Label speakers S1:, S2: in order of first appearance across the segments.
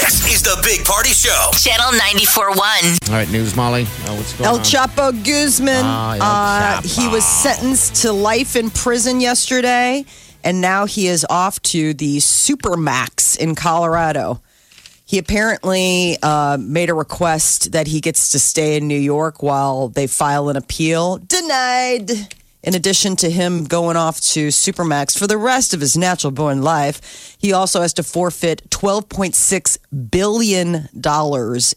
S1: This is the Big Party Show.
S2: Channel 94.1.
S3: All right, news, Molly. Oh, what's going
S4: El
S3: on?
S4: Chapo Guzman.
S3: Ah, El
S4: uh,
S3: Chapo.
S4: He was sentenced to life in prison yesterday, and now he is off to the Supermax in Colorado. He apparently uh, made a request that he gets to stay in New York while they file an appeal. Denied. In addition to him going off to Supermax for the rest of his natural born life, he also has to forfeit $12.6 billion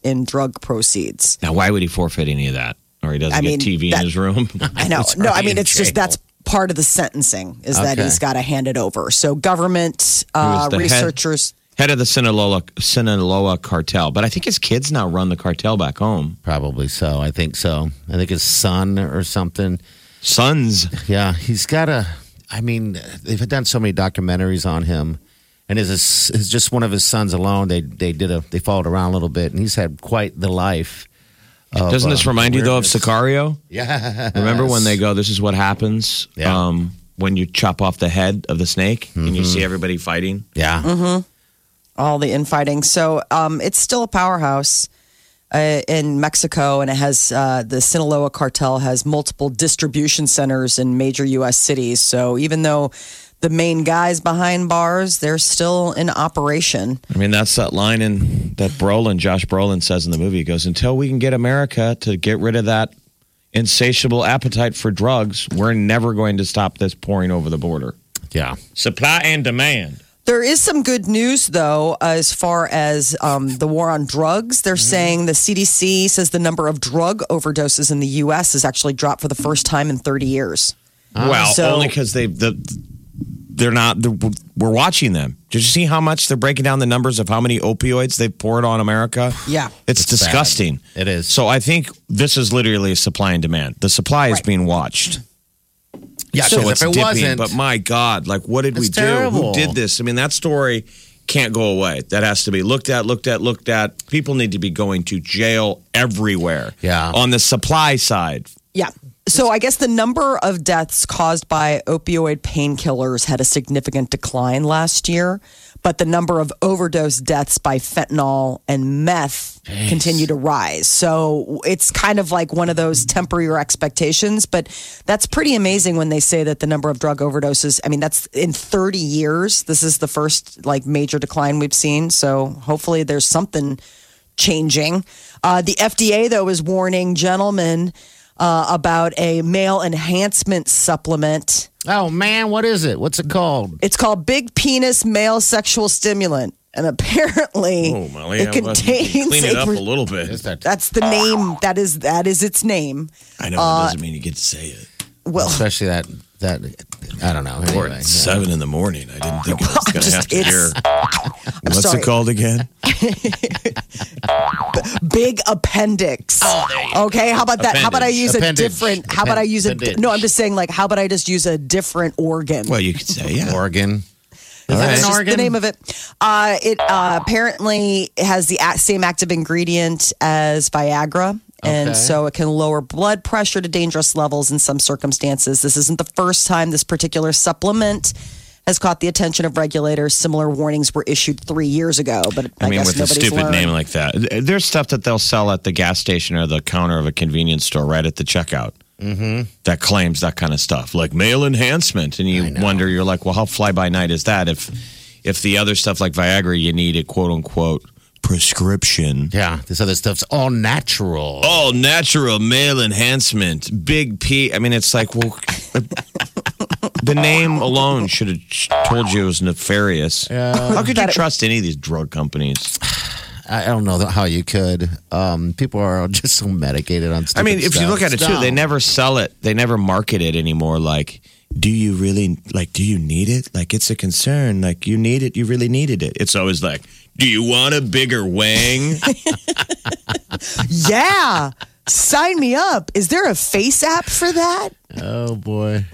S4: in drug proceeds.
S5: Now, why would he forfeit any of that? Or he doesn't
S4: I mean,
S5: get TV
S4: that-
S5: in his room?
S4: I know.
S5: He's
S4: No, I
S5: already
S4: mean
S5: in
S4: it's just
S5: jail.
S4: that's part of the sentencing is that
S3: Okay.
S4: he's got to hand it over. So government uh,
S5: was the head?
S4: researchers.
S5: head of the Sinaloa Sinaloa cartel. But I think his kids now run the cartel back home.
S3: Probably so. I think so. I think his son or something.
S5: Sons.
S3: Yeah, he's got a. I mean, they've done so many documentaries on him, and as his, his just one of his sons alone, they they did a they followed around a little bit, and he's had quite the life. of,
S5: Doesn't this
S3: uh,
S5: remind you though of
S3: weirdness.
S5: Sicario?
S3: Yeah.
S5: Remember when they go, "This is what happens
S3: Yeah.
S5: um, when you chop off the head of the snake," and you see everybody fighting.
S3: Yeah.
S4: Mm-hmm. all the infighting. So um, it's still a powerhouse uh, in Mexico, and it has uh, the Sinaloa cartel has multiple distribution centers in major U.S. cities. So even though the main guys behind bars, they're still in operation.
S5: I mean, that's that line in that Brolin, Josh Brolin says in the movie. He goes, "Until we can get America to get rid of that." Insatiable appetite for drugs, we're never going to stop this pouring over the border.
S3: Yeah.
S5: Supply and demand.
S4: There is some good news, though, as far as um, the war on drugs. They're saying the CDC says the number of drug overdoses in the U.S. has actually dropped for the first time in 30 years.
S3: Ah,
S5: Well,
S4: So-
S5: only because they the they're not. The, we're watching them. Did you see how much they're breaking down the numbers of how many opioids they've poured on America?
S4: Yeah.
S5: it's, disgusting.
S3: It is.
S5: So I think this is literally supply and demand. The supply is being watched.
S3: Yeah.
S5: so
S3: 'cause
S5: it's
S3: if it
S5: dipping.
S3: wasn't,
S5: But my God, like, what did we
S3: It's
S5: do?
S3: terrible.
S5: Who did this? I mean, that story can't go away. That has to be looked at, looked at, looked at. People need to be going to jail everywhere.
S3: Yeah.
S5: On the supply side,
S4: Yeah. So I guess the number of deaths caused by opioid painkillers had a significant decline last year, but the number of overdose deaths by fentanyl and meth continue to rise. So it's kind of like one of those temporary expectations, but that's pretty amazing when they say that the number of drug overdoses, I mean that's in 30 years, this is the first like major decline we've seen. So hopefully there's something changing. Uh, the FDA, though, is warning gentlemen uh, about a male enhancement supplement.
S3: oh man, what is it? What's it called?
S4: It's called Big Penis Male Sexual Stimulant. And apparently,
S5: Oh, Molly,
S4: it
S5: how about you
S4: contains.
S5: Clean it up a
S4: a-
S5: little bit.
S3: It's that
S4: that's the name. That is that is its name.
S5: I know it
S3: Uh,
S5: doesn't mean you get to say it.
S4: Well,
S3: especially that that I don't know.
S5: Or
S3: Anyway, yeah.
S5: at seven in the morning. I didn't think I was going to
S4: just-
S5: have to
S4: it's-
S5: hear. What's
S4: sorry.
S5: it called again?
S4: big appendix.
S5: Oh,
S4: okay, how about that? How about I use
S3: Appendage.
S4: a different? How about I use a?
S3: Appendage.
S4: No, I'm just saying. Like, how about I just use a different organ?
S5: Well, you could say yeah.
S3: Oregon. Is
S4: That's just the name of it. Uh, it uh, apparently has the a- same active ingredient as Viagra. And
S3: Okay.
S4: so it can lower blood pressure to dangerous levels in some circumstances. This isn't the first time this particular supplement has caught the attention of regulators. Similar warnings were issued three years ago, but I,
S5: I mean,
S4: guess
S5: with a
S4: nobody's
S5: stupid
S4: learned.
S5: name like that, there's stuff that they'll sell at the gas station or the counter of a convenience store right at the checkout that claims that kind of stuff, like male enhancement. And you wonder, you're like, well, how fly by night is that? If if the other stuff like Viagra, you need a quote unquote prescription.
S3: Yeah, this other stuff's all natural.
S5: all natural male enhancement, big P. I mean, it's like, well, the name alone should have told you it was nefarious. How could you trust any of these drug companies?
S3: I I don't know how you could. Um, people are just so medicated on.
S5: I
S3: Stupid
S5: mean, if you
S3: stuff.
S5: look at it too, they never sell it, they never market it anymore. Like, do you really like? Do you need it? Like, it's a concern. Like, you need it. You really needed it. It's always like, Do you want a bigger wang?
S4: Yeah. Sign me up. Is there a face app for that?
S3: Oh boy.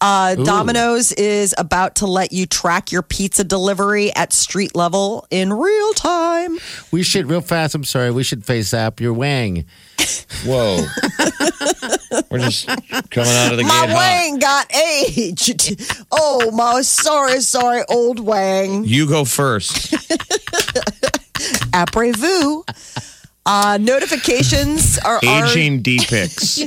S4: Uh, Domino's is about to let you track your pizza delivery at street level in real time.
S3: We should real fast. I'm sorry. We should face app your wang.
S5: Whoa. We're just coming out of the
S4: My
S5: gate hot.
S4: Wang got aged. Oh, my sorry, sorry, old Wang.
S5: You go first.
S4: Après vous. Uh, notifications are already-
S5: Aging D pics.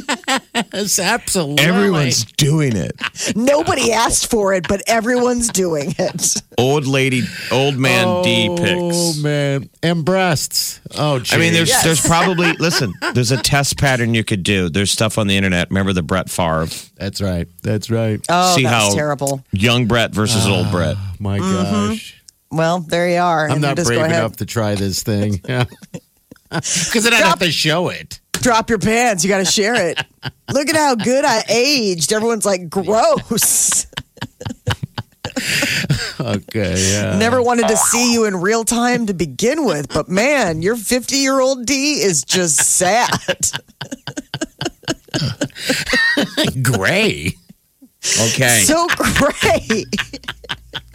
S3: That's absolutely
S5: Everyone's doing it.
S4: nobody asked for it, but everyone's doing it.
S5: Old lady, old man D
S3: Oh
S5: pics.
S3: man, and breasts. Oh, geez.
S5: I mean, there's there's probably listen. There's a test pattern you could do. There's stuff on the internet. Remember the Brett Favre?
S3: that's right. That's right. Oh,
S4: Oh,
S5: See
S4: that's
S5: how
S4: terrible.
S5: young Brett versus
S3: Ah.
S5: old Brett.
S3: My gosh,
S4: Well, there you are.
S3: I'm
S4: And
S3: not
S4: mm-hmm. just
S3: brave
S4: go ahead.
S3: enough to try this thing. Yeah, because then I'd have to show it.
S4: drop your pants. You got to share it. Look at how good I aged. Everyone's like, gross.
S3: Okay, yeah.
S4: Never wanted to see you in real time to begin with, but man, your 50 year old D is just sad.
S3: Gray.
S5: Okay,
S4: So great.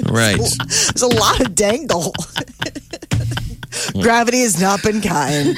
S5: right.
S4: There's a lot of dangle. Gravity has not been kind.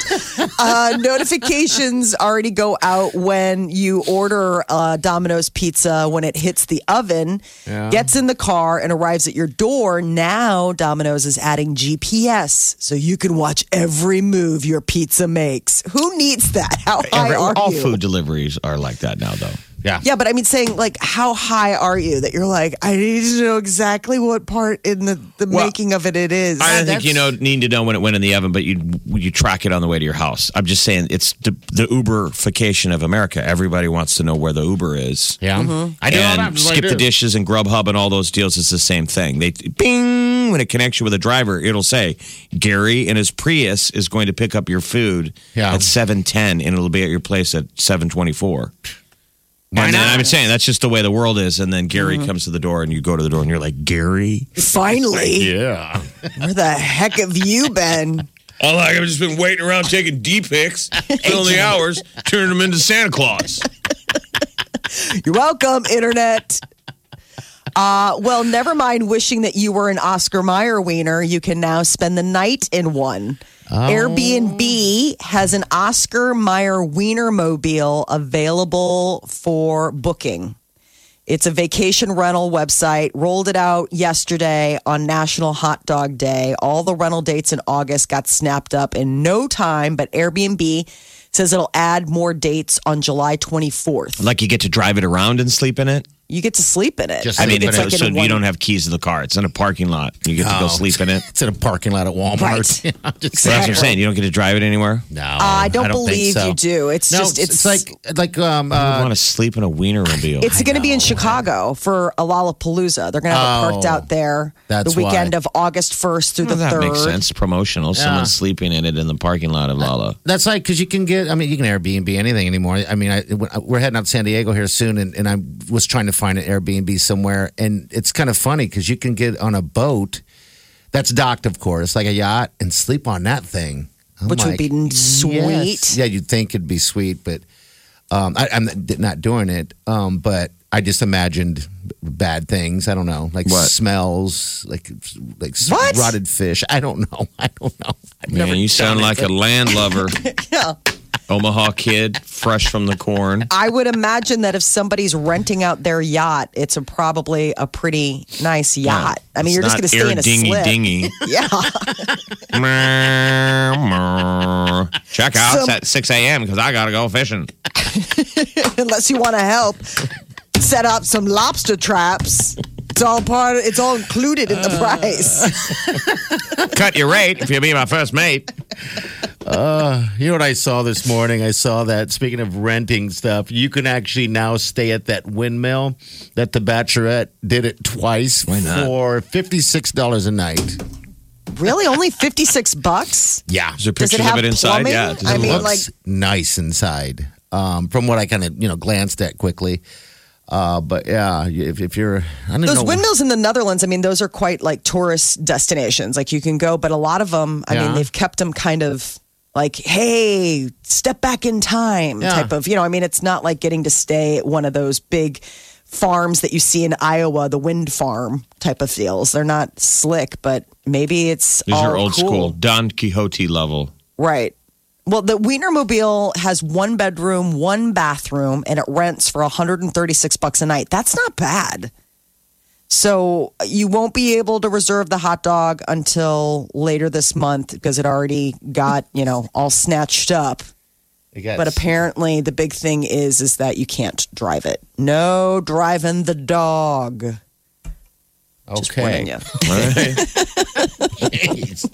S4: Uh, notifications already go out when you order uh, Domino's pizza when it hits the oven, gets in the car, and arrives at your door. Now, Domino's is adding GPS so you can watch every move your pizza makes. Who needs that? How high
S5: Every-
S4: are
S5: all
S4: you?
S5: food deliveries are like that now, though.
S3: Yeah.
S4: Yeah, but I mean, saying like, how high are you that you're like, I need to know exactly what part in the, the
S5: Well,
S4: making of it it is.
S5: I don't think you know need to know when it went in the oven, but you you track it on the way to your house. I'm just saying it's the, the Uberification of America. Everybody wants to know where the Uber is.
S3: Yeah.
S4: Mm-hmm.
S3: I do all that.
S5: Mm-hmm. and
S3: That's what I
S5: skip the
S3: do.
S5: dishes and Grubhub and all those deals. It's the same thing. They ping when it connects you with a driver, it'll say Gary in his Prius is going to pick up your food
S3: Yeah.
S5: at seven ten, and it'll be at your place at seven twenty four.
S3: Why
S5: and then
S3: not?
S5: I'm saying that's just the way the world is. And then Gary comes to the door, and you go to the door, and you're like, Gary,
S4: Finally,
S3: Yeah.
S4: where the heck have you been?
S5: all like, I've just been waiting around taking D pics, filling the hours, turning them into Santa Claus.
S4: You're welcome, internet. Uh, well, never mind wishing that you were an Oscar Mayer wiener. You can now spend the night in one. Airbnb has an Oscar Mayer wiener mobile available for booking. It's a vacation rental website. Rolled it out yesterday on National Hot Dog Day. All the rental dates in August got snapped up in no time, but Airbnb says it'll add more dates on July 24th.
S5: Like you get to drive it around and sleep in it.
S4: You get to sleep in it. Uh,
S3: Just
S5: I mean,
S3: Sleep
S5: it's
S3: in
S5: like,
S3: it.
S5: so
S4: in
S5: you
S4: one-
S5: don't have keys to the car. It's in a parking lot. You get to go
S3: Oh.
S5: sleep in it.
S3: It's in a parking lot at Walmart.
S4: Right.
S3: You know, just
S5: Well, That's
S3: saying.
S5: what I'm saying. You don't get to drive it anywhere.
S3: No,
S4: I don't
S3: um, think
S4: believe
S3: so.
S4: you do. It's
S3: No,
S4: just-
S3: it's,
S4: it's-
S3: like like um uh,
S5: I want to sleep in a wienermobile.
S4: It's going to be in Chicago for a Lollapalooza. They're going to have it parked
S3: Oh,
S4: out there
S3: that's
S4: the weekend
S3: why.
S4: of August 1st through
S5: Well,
S4: the
S5: that
S4: 3rd.
S5: makes sense. Promotional. Someone's sleeping in it in the parking lot of Lala.
S3: that's like because you can get. I mean, you can Airbnb anything anymore. I mean, I, when- uh, we're heading out to San Diego here soon, and, and I was trying to find an Airbnb somewhere, and it's kind of funny because you can get on a boat that's docked, of course, like a yacht, and sleep on that thing, I'm
S4: Which would
S3: like,
S4: be sweet.
S3: yes. Yeah, you'd think it'd be sweet, but um, I, I'm not doing it. Um, but I just imagined bad things. I don't know, like
S5: What?
S3: smells, like like
S4: What?
S3: rotted fish. I don't know. I don't know. I've never
S5: Man, you sound like a landlubber. Omaha kid, fresh from the corn.
S4: I would imagine that if somebody's renting out their yacht, it's a, probably a pretty nice yacht. I mean,
S5: It's
S4: you're just
S5: not
S4: going to stay
S5: air
S4: in a
S5: dingy
S4: slip.
S5: dingy.
S4: Yeah.
S5: Check out
S4: Some-
S5: at 6 a.m. because I got to go fishing.
S4: Unless you want to help set up some lobster traps. It's all part of, it's all included in the
S3: Uh,
S4: price.
S5: Cut your rate if you'll be my first mate.
S3: You know what I saw this morning? I saw that speaking of renting stuff, you can actually now stay at that windmill that the Bachelorette did it twice
S5: Why not?
S3: for fifty six dollars a night.
S4: Really? Only 56 bucks?
S3: Yeah.
S5: Is there
S4: Does
S5: pictures
S4: it have
S5: of it inside?
S4: plumbing?
S5: Yeah. does
S4: I
S5: it
S4: mean,
S5: look-
S4: like-
S3: nice inside. Um, from what I kind of you know glanced at quickly, Uh, but yeah, if, if you're, I don't
S4: Those
S3: know.
S4: windmills in the Netherlands, I mean, those are quite like tourist destinations. Like you can go, but a lot of them, I
S3: Yeah.
S4: mean, they've kept them kind of like, hey, step back in time
S3: Yeah.
S4: type of, you know, I mean, it's not like getting to stay at one of those big farms that you see in Iowa, the wind farm type of feels. They're not slick, but maybe it's
S5: These
S4: all
S5: are old
S4: Oh, cool.
S5: school Don Quixote level.
S4: Right. Well, the Wienermobile has one bedroom, one bathroom, and it rents for 136 bucks a night. That's not bad. So uh, you won't be able to reserve the hot dog until later this month because it already got, you know, all snatched up.
S3: I guess.
S4: But apparently the big thing is is that you can't drive it. No driving the dog. Just warning
S3: okay.
S4: you.
S5: All right.
S3: Jeez.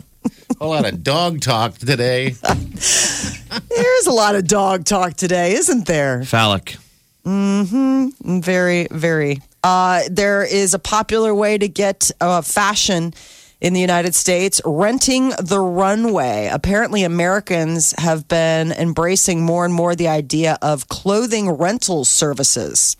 S3: A lot of dog talk today.
S4: There's a lot of dog talk today, isn't there?
S5: Phallic.
S4: Very, very. Uh, there is a popular way to get uh, fashion in the United States renting the runway. Apparently, Americans have been embracing more and more the idea of clothing rental services.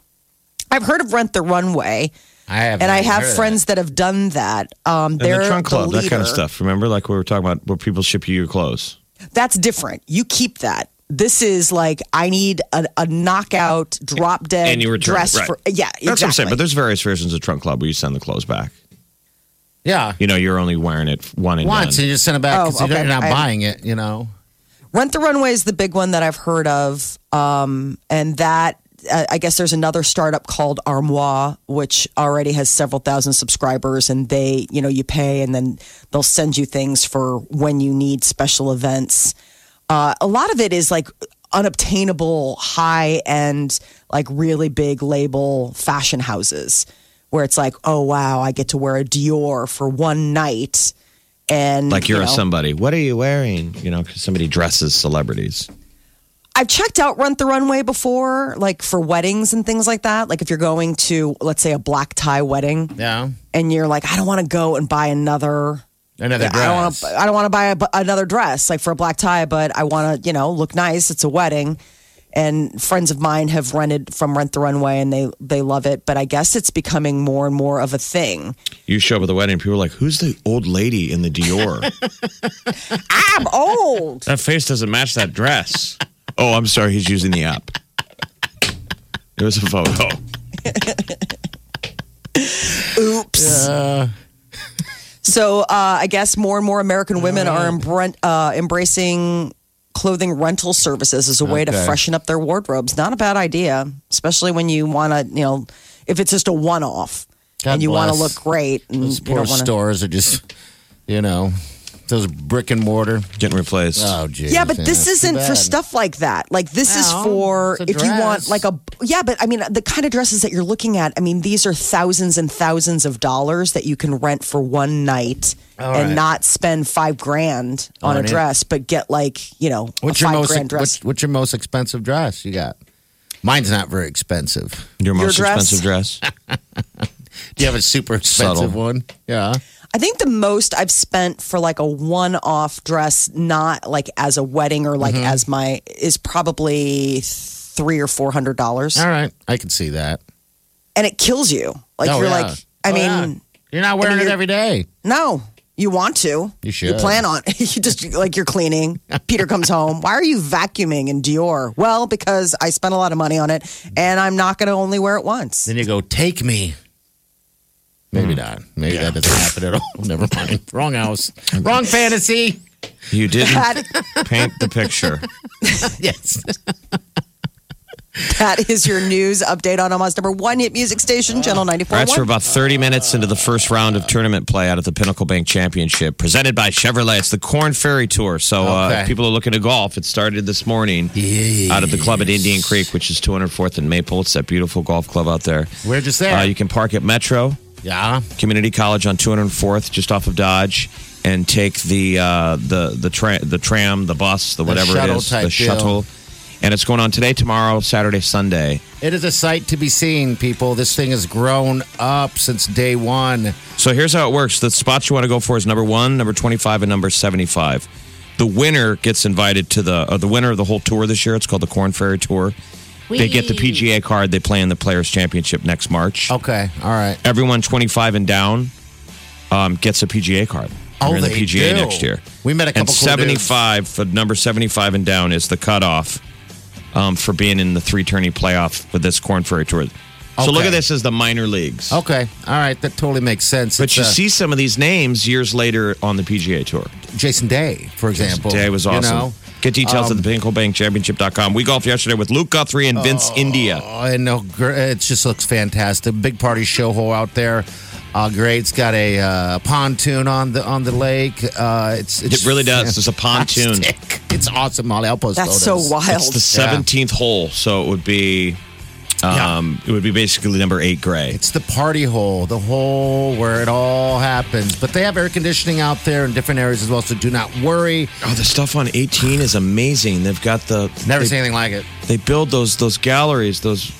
S4: I've heard of Rent the Runway,
S3: I have,
S4: and I have
S3: heard of
S4: friends that have done that. Um,
S5: And
S4: they're
S5: the trunk club, that kind
S4: leader.
S5: of stuff. Remember, like we were talking about where people ship you your clothes.
S4: That's different. You keep that. This is like I need a, a knockout, drop dead
S5: And you return it,
S4: dress
S5: right.
S4: for yeah.
S5: That's
S4: exactly.
S5: what I'm saying. But there's various versions of trunk club where you send the clothes back.
S3: that. Yeah.
S5: You know, you're only wearing it one and
S3: Once
S5: done.
S3: and you send it back
S4: Oh,
S3: because
S4: okay.
S3: you're not
S4: I-
S3: buying it, you know.
S4: Rent the Runway is the big one that I've heard of, um, and that uh, I guess there's another startup called Armoire, which already has several thousand subscribers, and they, you know, you pay and then they'll send you things for when you need special events. Uh, a lot of it is like unobtainable, high end, like really big label fashion houses, where it's like, oh wow, I get to wear a Dior for one night, and
S5: Like you're
S4: you
S5: a
S4: know.
S5: somebody. What are you wearing? You know, 'cause somebody dresses celebrities.
S4: I've checked out Rent the Runway before, like for weddings and things like that. Like if you're going to, let's say, a black tie wedding,
S3: Yeah.
S4: and you're like, I don't want to go and buy another.
S3: Another
S4: I don't want
S3: dress.
S4: to. I don't want to buy a, another dress, like for a black tie, but I want to, you know, look nice. It's a wedding, and friends of mine have rented from Rent the Runway, and they they love it. But I guess it's becoming more and more of a thing.
S5: You show up at the wedding, people are like, "Who's the old lady in the Dior?
S4: I'm old.
S5: that face doesn't match that dress." oh, I'm sorry. He's using the app. It was a photo.
S4: Oops. So uh, I guess more and more American women are embr- uh, embracing clothing rental services as a way to
S5: Okay.
S4: freshen up their wardrobes. Not a bad idea, especially when you want to, you know, if it's just a one-off
S3: God
S4: and you want to
S3: bless
S4: look great. And
S3: Those
S4: you
S3: poor
S4: don't wanna-
S3: stores are just, you know, those brick and mortar.
S5: Getting replaced.
S3: Oh, geez.
S4: Yeah, but
S3: that's
S4: this
S3: too
S4: isn't for
S3: bad.
S4: stuff like that. Like this is
S3: No,
S4: for
S3: Oh, it's a
S4: if you want
S3: dress.
S4: like a yeah, but I mean the kind of dresses that you're looking at. I mean these are thousands and thousands of dollars that you can rent for one night
S3: All
S4: and
S3: right.
S4: not spend five grand on
S3: Alright.
S4: a dress, but get like you know
S3: What's
S4: a
S3: your
S4: five
S3: most
S4: grand dress.
S3: what's, what's your most expensive dress you got? Mine's not very expensive.
S5: Your most
S4: dress?
S5: expensive dress.
S3: Do you have a super expensive
S5: Subtle.
S3: one? Yeah.
S4: I think the most I've spent for like a one off dress, not like as a wedding or
S3: Mm-hmm.
S4: like as my is probably three or four hundred dollars,
S3: All right, I can see that.
S4: and it kills you. Like
S3: Oh,
S4: you're
S3: yeah.
S4: like I
S3: Oh,
S4: mean.
S3: yeah. you're not wearing it
S4: you're-
S3: every day.
S4: No, you want to.
S3: You
S4: You
S3: should.
S4: plan on. You just like you're cleaning. Peter comes home. Why are you vacuuming in Dior? Well, because I spent a lot of money on it, and I'm not going to only wear it once.
S3: Then you go, take me. Maybe
S5: Hmm.
S3: not. Maybe that doesn't happen at all. Never mind. Wrong house. Wrong fantasy.
S5: You didn't
S4: That
S5: paint the picture.
S3: Yes.
S4: that is your news update on Omaha's number one hit music station, Channel ninety four.
S5: All right, so we're about 30 minutes into the first round of tournament play out at the Pinnacle Bank Championship, presented by Chevrolet. It's the Corn Ferry Tour. So uh,
S3: Okay.
S5: if people are looking to golf, it started this morning out at the club at Indian Creek, which is 204th and Maple. It's that beautiful golf club out there.
S3: We're just there.
S5: Uh, you can park at Metro
S3: yeah.
S5: Community College on 204th, just off of Dodge, and take the uh, the the, tra- the tram, the bus, the whatever it
S3: shuttle
S5: is,
S3: type
S5: the
S3: deal.
S5: shuttle. And it's going on today, tomorrow, Saturday, Sunday.
S3: It is a sight to be seen, people. This thing has grown up since day one.
S5: So here's how it works. The spots you want to go for is number one, number twenty-five, and number seventy-five. The winner gets invited to the uh, the winner of the whole tour this year. It's called the Corn Ferry Tour. They get the PGA card. They play in the Players Championship next March.
S3: Okay, all right.
S5: Everyone 25 and down um, gets a PGA card. They're in the
S3: Oh, they
S5: PGA
S3: do.
S5: next year.
S3: We met a
S5: and
S3: couple cool dudes.
S5: 75 for number 75 and down is the cutoff um, for being in the three tourney playoff for this Corn Ferry Tour. So look
S3: Okay.
S5: at this as the minor leagues.
S3: Okay, all right. That totally makes sense.
S5: But
S3: It's,
S5: you
S3: uh,
S5: see some of these names years later on the PGA Tour.
S3: Jason Day, for example.
S5: Today was awesome.
S3: You know? um,
S5: Get details at the pinklebankchampionship.com. We golfed yesterday with Luke Guthrie and Vince India.
S3: Oh, and no, gr- it just looks fantastic. Big party show hole out there. Uh, great. It's got a uh, pontoon on the on the lake. Uh, it's, it's
S5: It really does. It's a pontoon.
S3: fantastic. It's awesome, Molly. I'll post
S4: That's so
S3: photos.
S4: wild.
S5: It's the seventeenth hole, so it would be, um, it would be basically number eight gray.
S3: It's the party hole, the hole where it all happens. But they have air conditioning out there in different areas as well, so do not worry.
S5: Oh, the stuff on eighteen is amazing. They've got the
S3: Never
S5: they,
S3: seen anything like it.
S5: They build those those galleries, those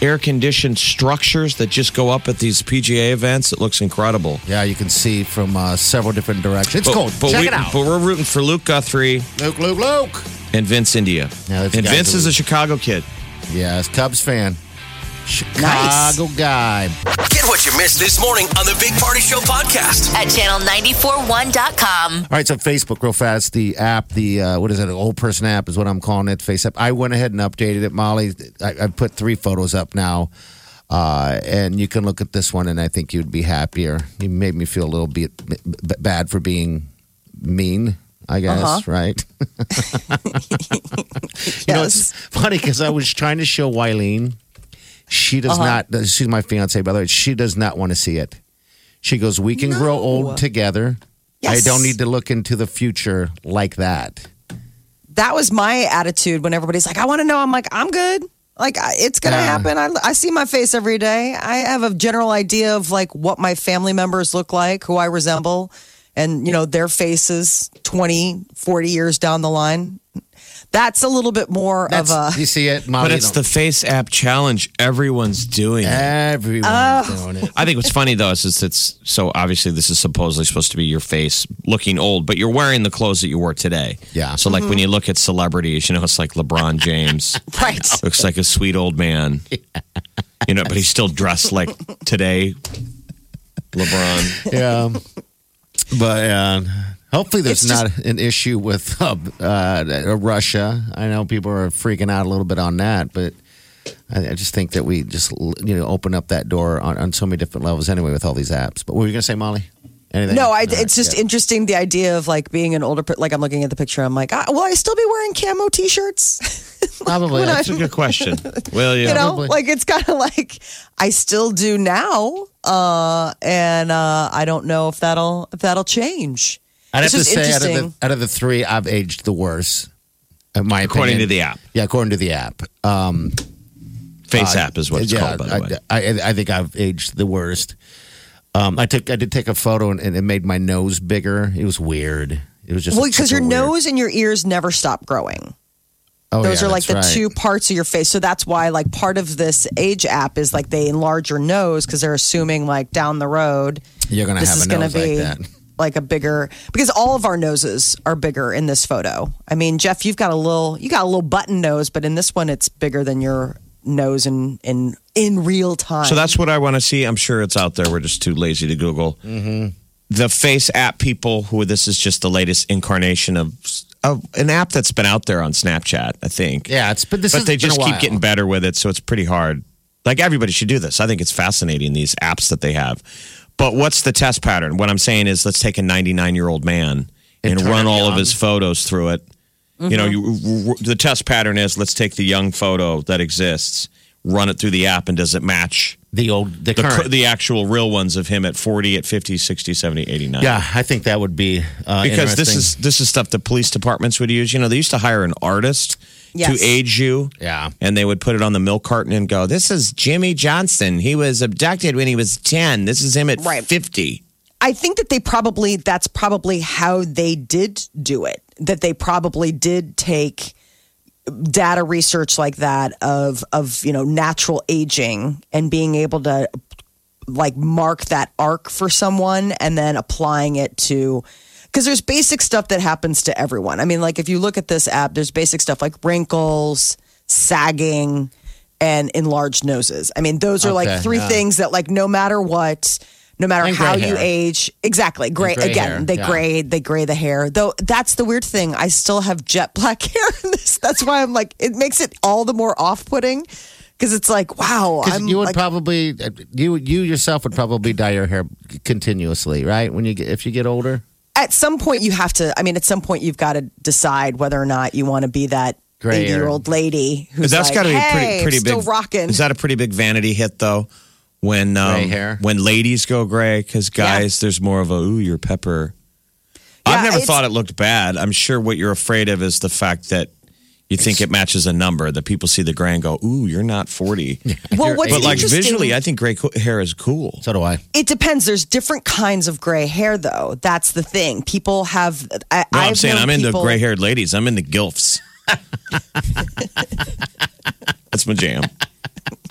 S5: air conditioned structures that just go up at these PGA events. It looks incredible.
S3: Yeah, you can see from uh, several different directions. It's cold.
S5: But
S3: Check
S5: we,
S3: it out.
S5: But we're rooting for Luke Guthrie
S3: Luke, Luke, Luke.
S5: and Vince India.
S3: Yeah, that's
S5: and
S3: guys
S5: Vince
S3: who-
S5: is a Chicago kid.
S3: Yes, Cubs fan. Chicago guy.
S1: Get what you missed this morning on the Big Party Show podcast.
S2: at channel941.com.
S3: All right, so Facebook, real fast. The app, the uh, what is it? An old person app is what I'm calling it. Face app. I went ahead and updated it, Molly. I, I put three photos up now, uh, and you can look at this one, and I think you'd be happier. You made me feel a little bit b- b- bad for being mean. I guess right. You know, it's funny because I was trying to show Wileen. She does
S4: Uh-huh.
S3: not. She's my fiance, by the way. She does not want to see it. She goes, "We can grow old together.
S4: Yes.
S3: I don't need to look into the future like that."
S4: that was my attitude when everybody's like, I want to know. I'm like, I'm good. Like, I- it's going to
S3: Yeah.
S4: happen. I, I see my face every day. I have a general idea of like what my family members look like, who I resemble, and, you know, their faces 20, 40 years down the line. That's a little bit more
S3: That's,
S4: of uh,
S3: Oh, you
S4: a.
S3: see it, Molly.
S5: But it's the
S3: don't- Eh.
S5: Face App Challenge. Everyone's doing it.
S3: everyone's doing it.
S5: I think what's funny though is it's, it's so obviously this is supposedly supposed to be your face looking old, but you're wearing the clothes that you wore today.
S3: Yeah. Mm-hmm.
S5: So like when you look at celebrities, you know it's like LeBron James
S4: Right.
S5: looks like a sweet old man, you know, but he's still dressed like today. LeBron.
S3: Yeah, Um, but uh, hopefully there's not an issue with uh, uh, Russia. I know people are freaking out a little bit on that, but. I I just think that we just you know open up that door on, on so many different levels anyway with all these apps. But what were you gonna say, Molly? Anything?
S4: No, I,
S3: All right,
S4: it's just
S3: yeah.
S4: interesting the idea of like being an older, per- like I'm looking at the picture. I'm like, ah, will I still be wearing camo t-shirts?
S3: probably.
S5: That's a good question. Well, yeah.
S4: you know
S3: Probably.
S4: like it's kind of like i still do now uh and uh i don't know if that'll if that'll change
S3: I'd have
S4: It's
S3: to
S4: just
S3: say out of, the,
S4: interesting.
S3: out of the three, I've aged the worst. In my
S5: According
S3: opinion.
S5: to the app.
S3: yeah, according to the app. Um,
S5: Face App is what it's
S3: Uh, yeah,
S5: called, by the way.
S3: I, I, I think I've aged the worst. Um, I took I did take a photo and, and it made my nose bigger. It was weird. It was just
S4: well because your
S3: super weird.
S4: nose and your ears never stop growing
S3: Oh,
S4: those
S3: yeah,
S4: are like the
S3: that's right.
S4: two parts of your face so that's why like part of this age app is like they enlarge your nose because they're assuming like down the road
S3: You're gonna
S4: this
S3: have
S4: is
S3: a
S4: gonna
S3: nose
S4: be
S3: like that.
S4: like a bigger because all of our noses are bigger in this photo i mean jeff you've got a little you got a little button nose but in this one it's bigger than your nose in in in real time
S5: So that's what I want to see. I'm sure it's out there. We're just too lazy to Google.
S3: Mm-hmm.
S5: The face app people, who this is just the latest incarnation of, of an app that's been out there on Snapchat, I think.
S3: Yeah, it's but this
S5: but
S3: has
S5: they
S3: been a
S5: just keep
S3: while.
S5: getting better with it. So it's pretty hard. Like everybody should do this. I think it's fascinating, these apps that they have. But what's the test pattern? What I'm saying is let's take a 99 year old man and,
S3: And turn
S5: run
S3: him
S5: all
S3: young.
S5: of
S3: Mm-hmm.
S5: his photos through it. You know, you, the test pattern is let's take the young photo that exists, run it through the app, and does it match?
S3: the old the,
S5: the, cur-
S3: current.
S5: the actual real ones of him at 40 at 50 60 70 89
S3: yeah, I think that would be uh,
S5: because this
S3: interesting.
S5: is this is stuff that police departments would use you know they used to hire an artist
S4: Yes.
S5: to age you
S3: Yeah.
S5: and they would put it on the milk carton and go this is jimmy johnson he was abducted when he was 10 this is him at
S4: Right.
S5: 50
S4: I think that they probably that's probably how they did do it. That they probably did take data research like that of of you know natural aging and being able to like mark that arc for someone and then applying it to because there's basic stuff that happens to everyone. I mean, like if you look at this app, there's basic stuff like wrinkles, sagging, and enlarged noses. I mean, those are
S3: Okay,
S4: like three
S3: yeah.
S4: things that, like, no matter what, no matter
S3: And
S4: how
S3: gray
S4: you
S3: hair.
S4: age, exactly. Gray,
S3: gray
S4: again,
S3: hair,
S4: they
S3: yeah.
S4: gray, they gray the hair. Though that's the weird thing. I still have jet black hair in this. That's why I'm like, it makes it all the more off putting because it's like, wow,
S3: 'Cause
S4: I'm
S3: you would
S4: like,
S3: probably you you yourself would probably dye your hair continuously, right? When you get if you get older,
S4: at some point you have to i mean at some point you've got to decide whether or not you want to be that
S3: Gray
S4: 80 year old lady who's
S5: That's
S4: like,
S5: got to be
S4: hey,
S5: pretty pretty
S4: I'm still
S5: big.
S4: rocking
S5: Is that a pretty big vanity hit though? When um,
S3: Gray hair?
S5: when ladies go gray, because guys, there's more of a ooh, you're pepper. I've
S4: Yeah,
S5: never
S4: it's-
S5: thought it looked bad. I'm sure what you're afraid of is the fact that you think it matches a number that people see the gray and go, ooh, you're not 40.
S4: well what's
S5: but like
S4: interesting,
S5: visually, I think gray co- hair is cool.
S3: so do I.
S4: it depends there's different kinds of gray hair though that's the thing people have I,
S5: No,
S4: I've
S5: I'm saying
S4: known
S5: I'm into
S4: people-
S5: gray haired ladies. I'm into gilfs. That's my jam.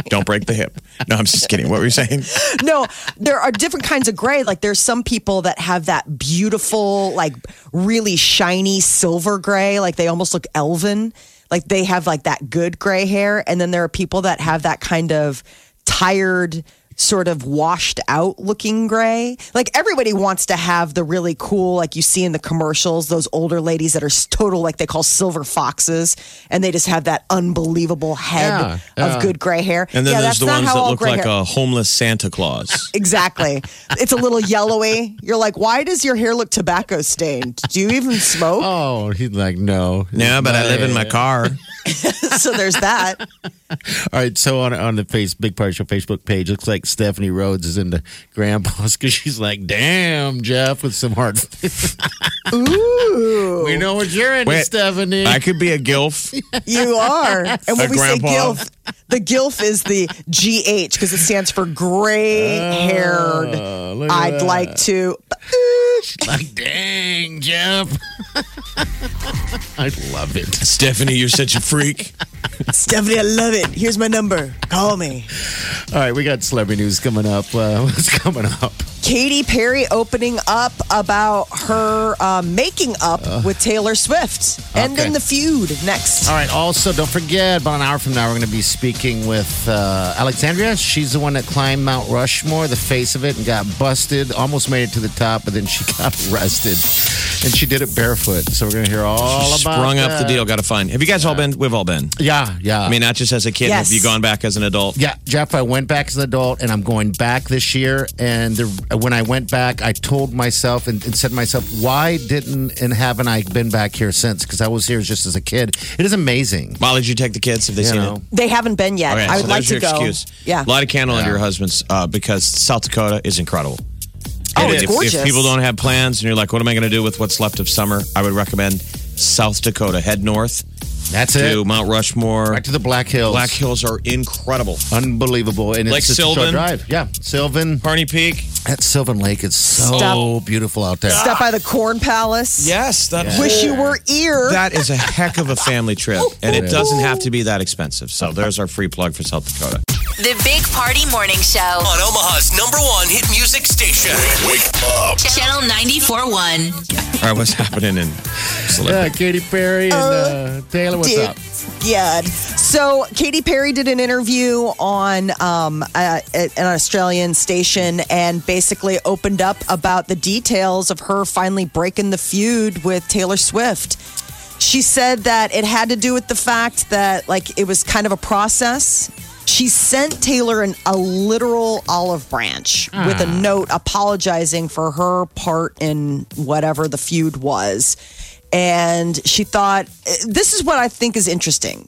S5: Don't break the hip. No, I'm just kidding. What were you saying?
S4: no, there are different kinds of gray. Like there's some people that have that beautiful, like really shiny silver gray, like they almost look elven. Like they have like that good gray hair, and then there are people that have that kind of tired sort of washed out looking gray like everybody wants to have the really cool like you see in the commercials those older ladies that are s- total like they call silver foxes and they just have that unbelievable head
S3: Yeah,
S4: of good gray hair
S5: And then
S4: yeah,
S5: there's
S4: that's
S5: the
S4: not
S5: ones
S4: how
S5: that
S4: all
S5: look
S4: gray
S5: like
S4: hair-
S5: a homeless Santa Claus.
S4: Exactly. It's a little yellowy. You're like, why does your hair look tobacco stained? Do you even smoke?
S3: Oh, he's like no,
S5: No, but I live in my car. Oh.
S4: So there's that.
S3: All right, so on on the face big part of your Facebook page, looks like Stephanie Rhodes is into grandpas because she's like, "Damn, Jeff, with some hard." Ooh, we know what you're into,
S5: Wait,
S3: Stephanie.
S5: I could be a gilf.
S4: You are. And when
S5: A
S4: we say
S5: grandpa.
S4: GILF, the GILF is the GH because it stands for gray haired.
S5: Oh,
S3: Oh, look at
S4: I'd
S3: that.
S4: like to.
S3: like, dang, Jeff. I love it.
S5: Stephanie, you're such a freak.
S4: Stephanie, I love it. Here's my number. Call me.
S3: All right, we got celebrity news coming up. Uh, what's coming up?
S4: Katy Perry opening up about her uh, making up with Taylor Swift. Ending
S3: okay.
S4: the feud next.
S5: Uh,
S3: All right. Also, don't forget, about an hour from now, we're going to be speaking with uh, Alexandria. She's the one that climbed Mount Rushmore, the face of it, and got busted. Almost made it to the top, but then she got arrested, and she did it barefoot. So we're going to hear all about. uh,
S5: Sprung up the
S3: that.
S5: deal. Got to find. Have you guys all been? We've all been.
S3: Yeah, yeah.
S5: I mean, not just as a kid.
S4: Yes.
S5: Have you gone back as an adult?
S3: Yeah, Jeff, I went back as an adult and I'm going back this year. And the, when I went back, I told myself and, and said to myself, why didn't and haven't I been back here since? Because I was here just as a kid. It is amazing.
S5: Molly, did you take the kids? Have they
S3: You
S5: seen
S3: know.
S5: it?
S4: They haven't been yet.
S5: Okay,
S4: I would
S5: so
S4: like
S5: there's
S4: to
S5: your
S4: go.
S5: excuse.
S4: Yeah.
S5: light of candle under your husband's uh, because South Dakota is incredible.
S4: Oh,
S5: And
S4: it's
S5: if,
S4: gorgeous.
S5: If people don't have plans and you're like, what am I going to do with what's left of summer? I would recommend South Dakota. Head north
S3: That's
S5: to
S3: it.
S5: Mount Rushmore.
S3: Back to the Black Hills.
S5: Black Hills are incredible.
S3: Unbelievable. And
S5: Lake
S3: it's just a short
S5: Sylvan.
S3: drive. Yeah. Sylvan.
S5: Harney Peak.
S3: That Sylvan Lake is so
S4: Stop.
S3: beautiful out there.
S4: Stop by the Corn Palace.
S5: Yes, that
S4: Wish you were here.
S5: That is a heck of a family trip, and it doesn't have to be that expensive. So there's our free plug for South Dakota.
S2: The Big Party Morning Show.
S1: On Omaha's number one hit music station. Wake, up.
S2: Channel 94.1.
S5: All right, what's happening in
S3: Yeah,
S5: celebrity?
S3: Katy Perry and uh, Taylor, what's
S4: Dude,
S3: up?
S4: God. So Katy Perry did an interview on um, a, a- an Australian station and basically opened up about the details of her finally breaking the feud with Taylor Swift. She said that it had to do with the fact that like it was kind of a process. She sent Taylor an, a literal olive branch with a note apologizing for her part in whatever the feud was. And she thought, this is what I think is interesting.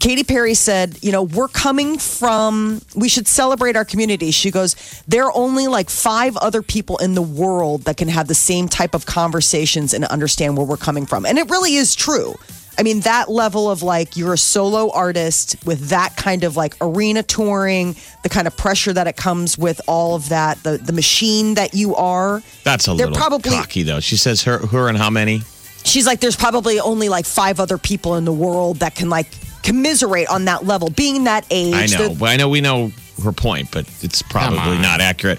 S4: Katy Perry said, you know, we're coming from, we should celebrate our community. She goes, there are only like five other people in the world that can have the same type of conversations and understand where we're coming from. And it really is true. I mean, that level of like, you're a solo artist with that kind of like arena touring, the kind of pressure that it comes with all of that, the, the machine that you are.
S5: That's a
S4: They're
S5: little
S4: probably-
S5: cocky, though. She says her, her and how many?
S4: she's like there's probably only like five other people in the world that can like commiserate on that level being that age
S5: I know.
S4: the-
S5: Well, I know we know her point, but it's probably not accurate.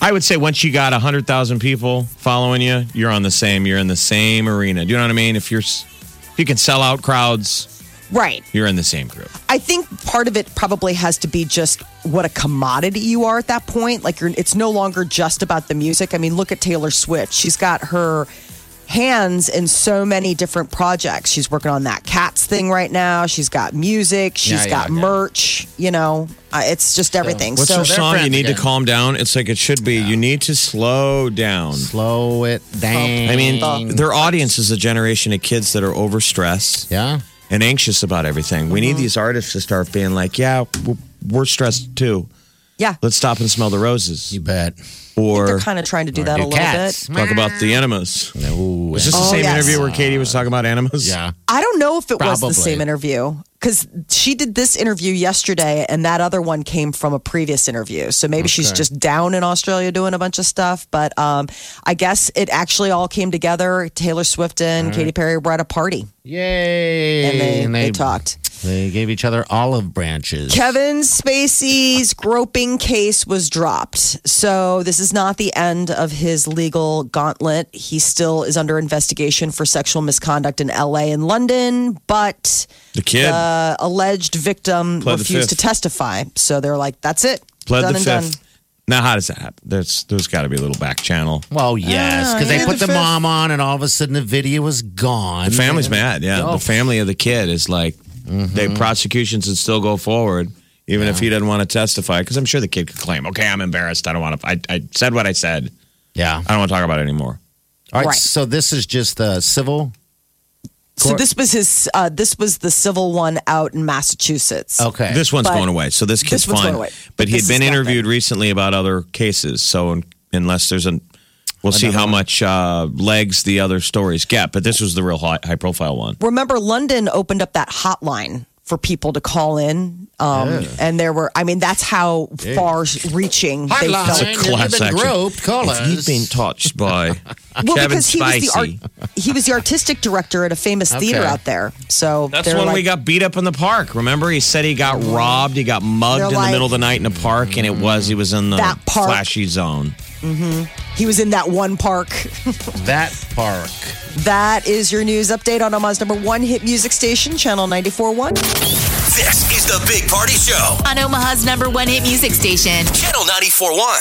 S5: I would say once you got 100,000 people following you, you're on the same, you're in the same arena. Do you know what I mean? If you're, s- if you can sell out crowds,
S4: right
S5: you're in the same group.
S4: i think part of it probably has to be just what a commodity you are at that point. Like you're, it's no longer just about the music. I mean, look at Taylor Swift. She's got her hands in so many different projects. She's working on that cats thing right now. She's got music. She's
S3: Yeah, yeah,
S4: got
S3: yeah.
S4: merch. You know, uh, it's just everything.
S5: What's
S4: so
S5: her song? You
S3: friends
S5: need to
S3: again.
S5: calm down. It's like it should be. You need to slow down.
S3: Slow it down.
S5: I mean, their audience is a generation of kids that are overstressed
S3: yeah.
S5: and anxious about everything. We
S4: Uh-huh.
S5: need these artists to start being like, yeah, w- we're stressed too.
S4: yeah,
S5: Let's stop and smell the roses.
S3: You bet.
S4: they're
S5: Or
S4: kind of trying to do that a
S3: do
S4: little
S3: cats.
S4: bit.
S5: talk about the enemas.
S3: No.
S5: Is this the
S4: Oh,
S5: same
S4: yes.
S5: interview where Katie was talking about enemas?
S3: yeah.
S4: I don't know if it was the
S3: Probably.
S4: same interview because she did this interview yesterday, and that other one came from a previous interview. So maybe she's just down in Australia doing a bunch of stuff. But um, I guess it actually all came together. Taylor Swift and Katy Perry were at a party,
S3: Yay.
S4: and they, they talked.
S3: They gave each other olive branches.
S4: Kevin Spacey's groping case was dropped. So, this is not the end of his legal gauntlet. He still is under investigation for sexual misconduct in LA and London, but
S5: The kid.
S4: the alleged victim
S5: Pled the
S4: refused to
S5: fifth.
S4: testify. So, they're like, that's it.
S5: Pled
S4: done
S5: the
S4: and
S5: fifth.
S4: done.
S5: Now, how does that happen? There's, there's got to be a little back channel.
S3: Well,
S4: Ah,
S3: yes, because they
S5: yeah,
S3: put
S5: the
S3: the,
S5: fifth.
S3: mom on, and all of a sudden the video was gone.
S5: The family's mad. Yeah,
S3: Oh.
S5: the family of the kid is like,
S4: Mm-hmm.
S5: they prosecutions would still go forward, even if he doesn't want to testify, because I'm sure the kid could claim, okay, I'm embarrassed. I don't want to. I, I said what I said.
S3: Yeah.
S5: I don't want to talk about it anymore.
S3: All right,
S4: Right.
S3: So this is just the civil.
S4: So, this was his, uh, this was the civil one out in Massachusetts.
S3: Okay.
S5: This one's
S4: But-
S5: going away, so this kid's
S4: This one's
S5: fine.
S4: going away.
S5: But he had
S4: This
S5: been
S4: is nothing.
S5: interviewed recently about other cases, so un- unless there's an, we'll see how much uh, legs the other stories get. But this was the real high, high profile one.
S4: remember London opened up that hotline for people to call in um, and there were i mean that's how far reaching they
S3: Hotline.
S4: felt
S3: If you've been groped, call
S5: if you've
S3: us.
S5: been touched by
S4: well
S5: Kevin
S4: because he was,
S5: Spacey.
S4: the art, he was the artistic director at a famous theater
S3: Okay.
S4: out there so
S5: That's
S4: they're
S5: when
S4: like,
S5: we got beat up in the park. Remember, he said he got robbed, he got mugged
S4: They're
S5: in the
S4: like-
S5: middle of the night in a park, and it was he was in the
S4: That park.
S5: flashy zone.
S4: he was in that one park
S3: that park.
S4: that is your news update on omaha's number one hit music station channel 941
S1: This is the Big Party Show,
S2: on Omaha's number one hit music station.
S1: Channel 941.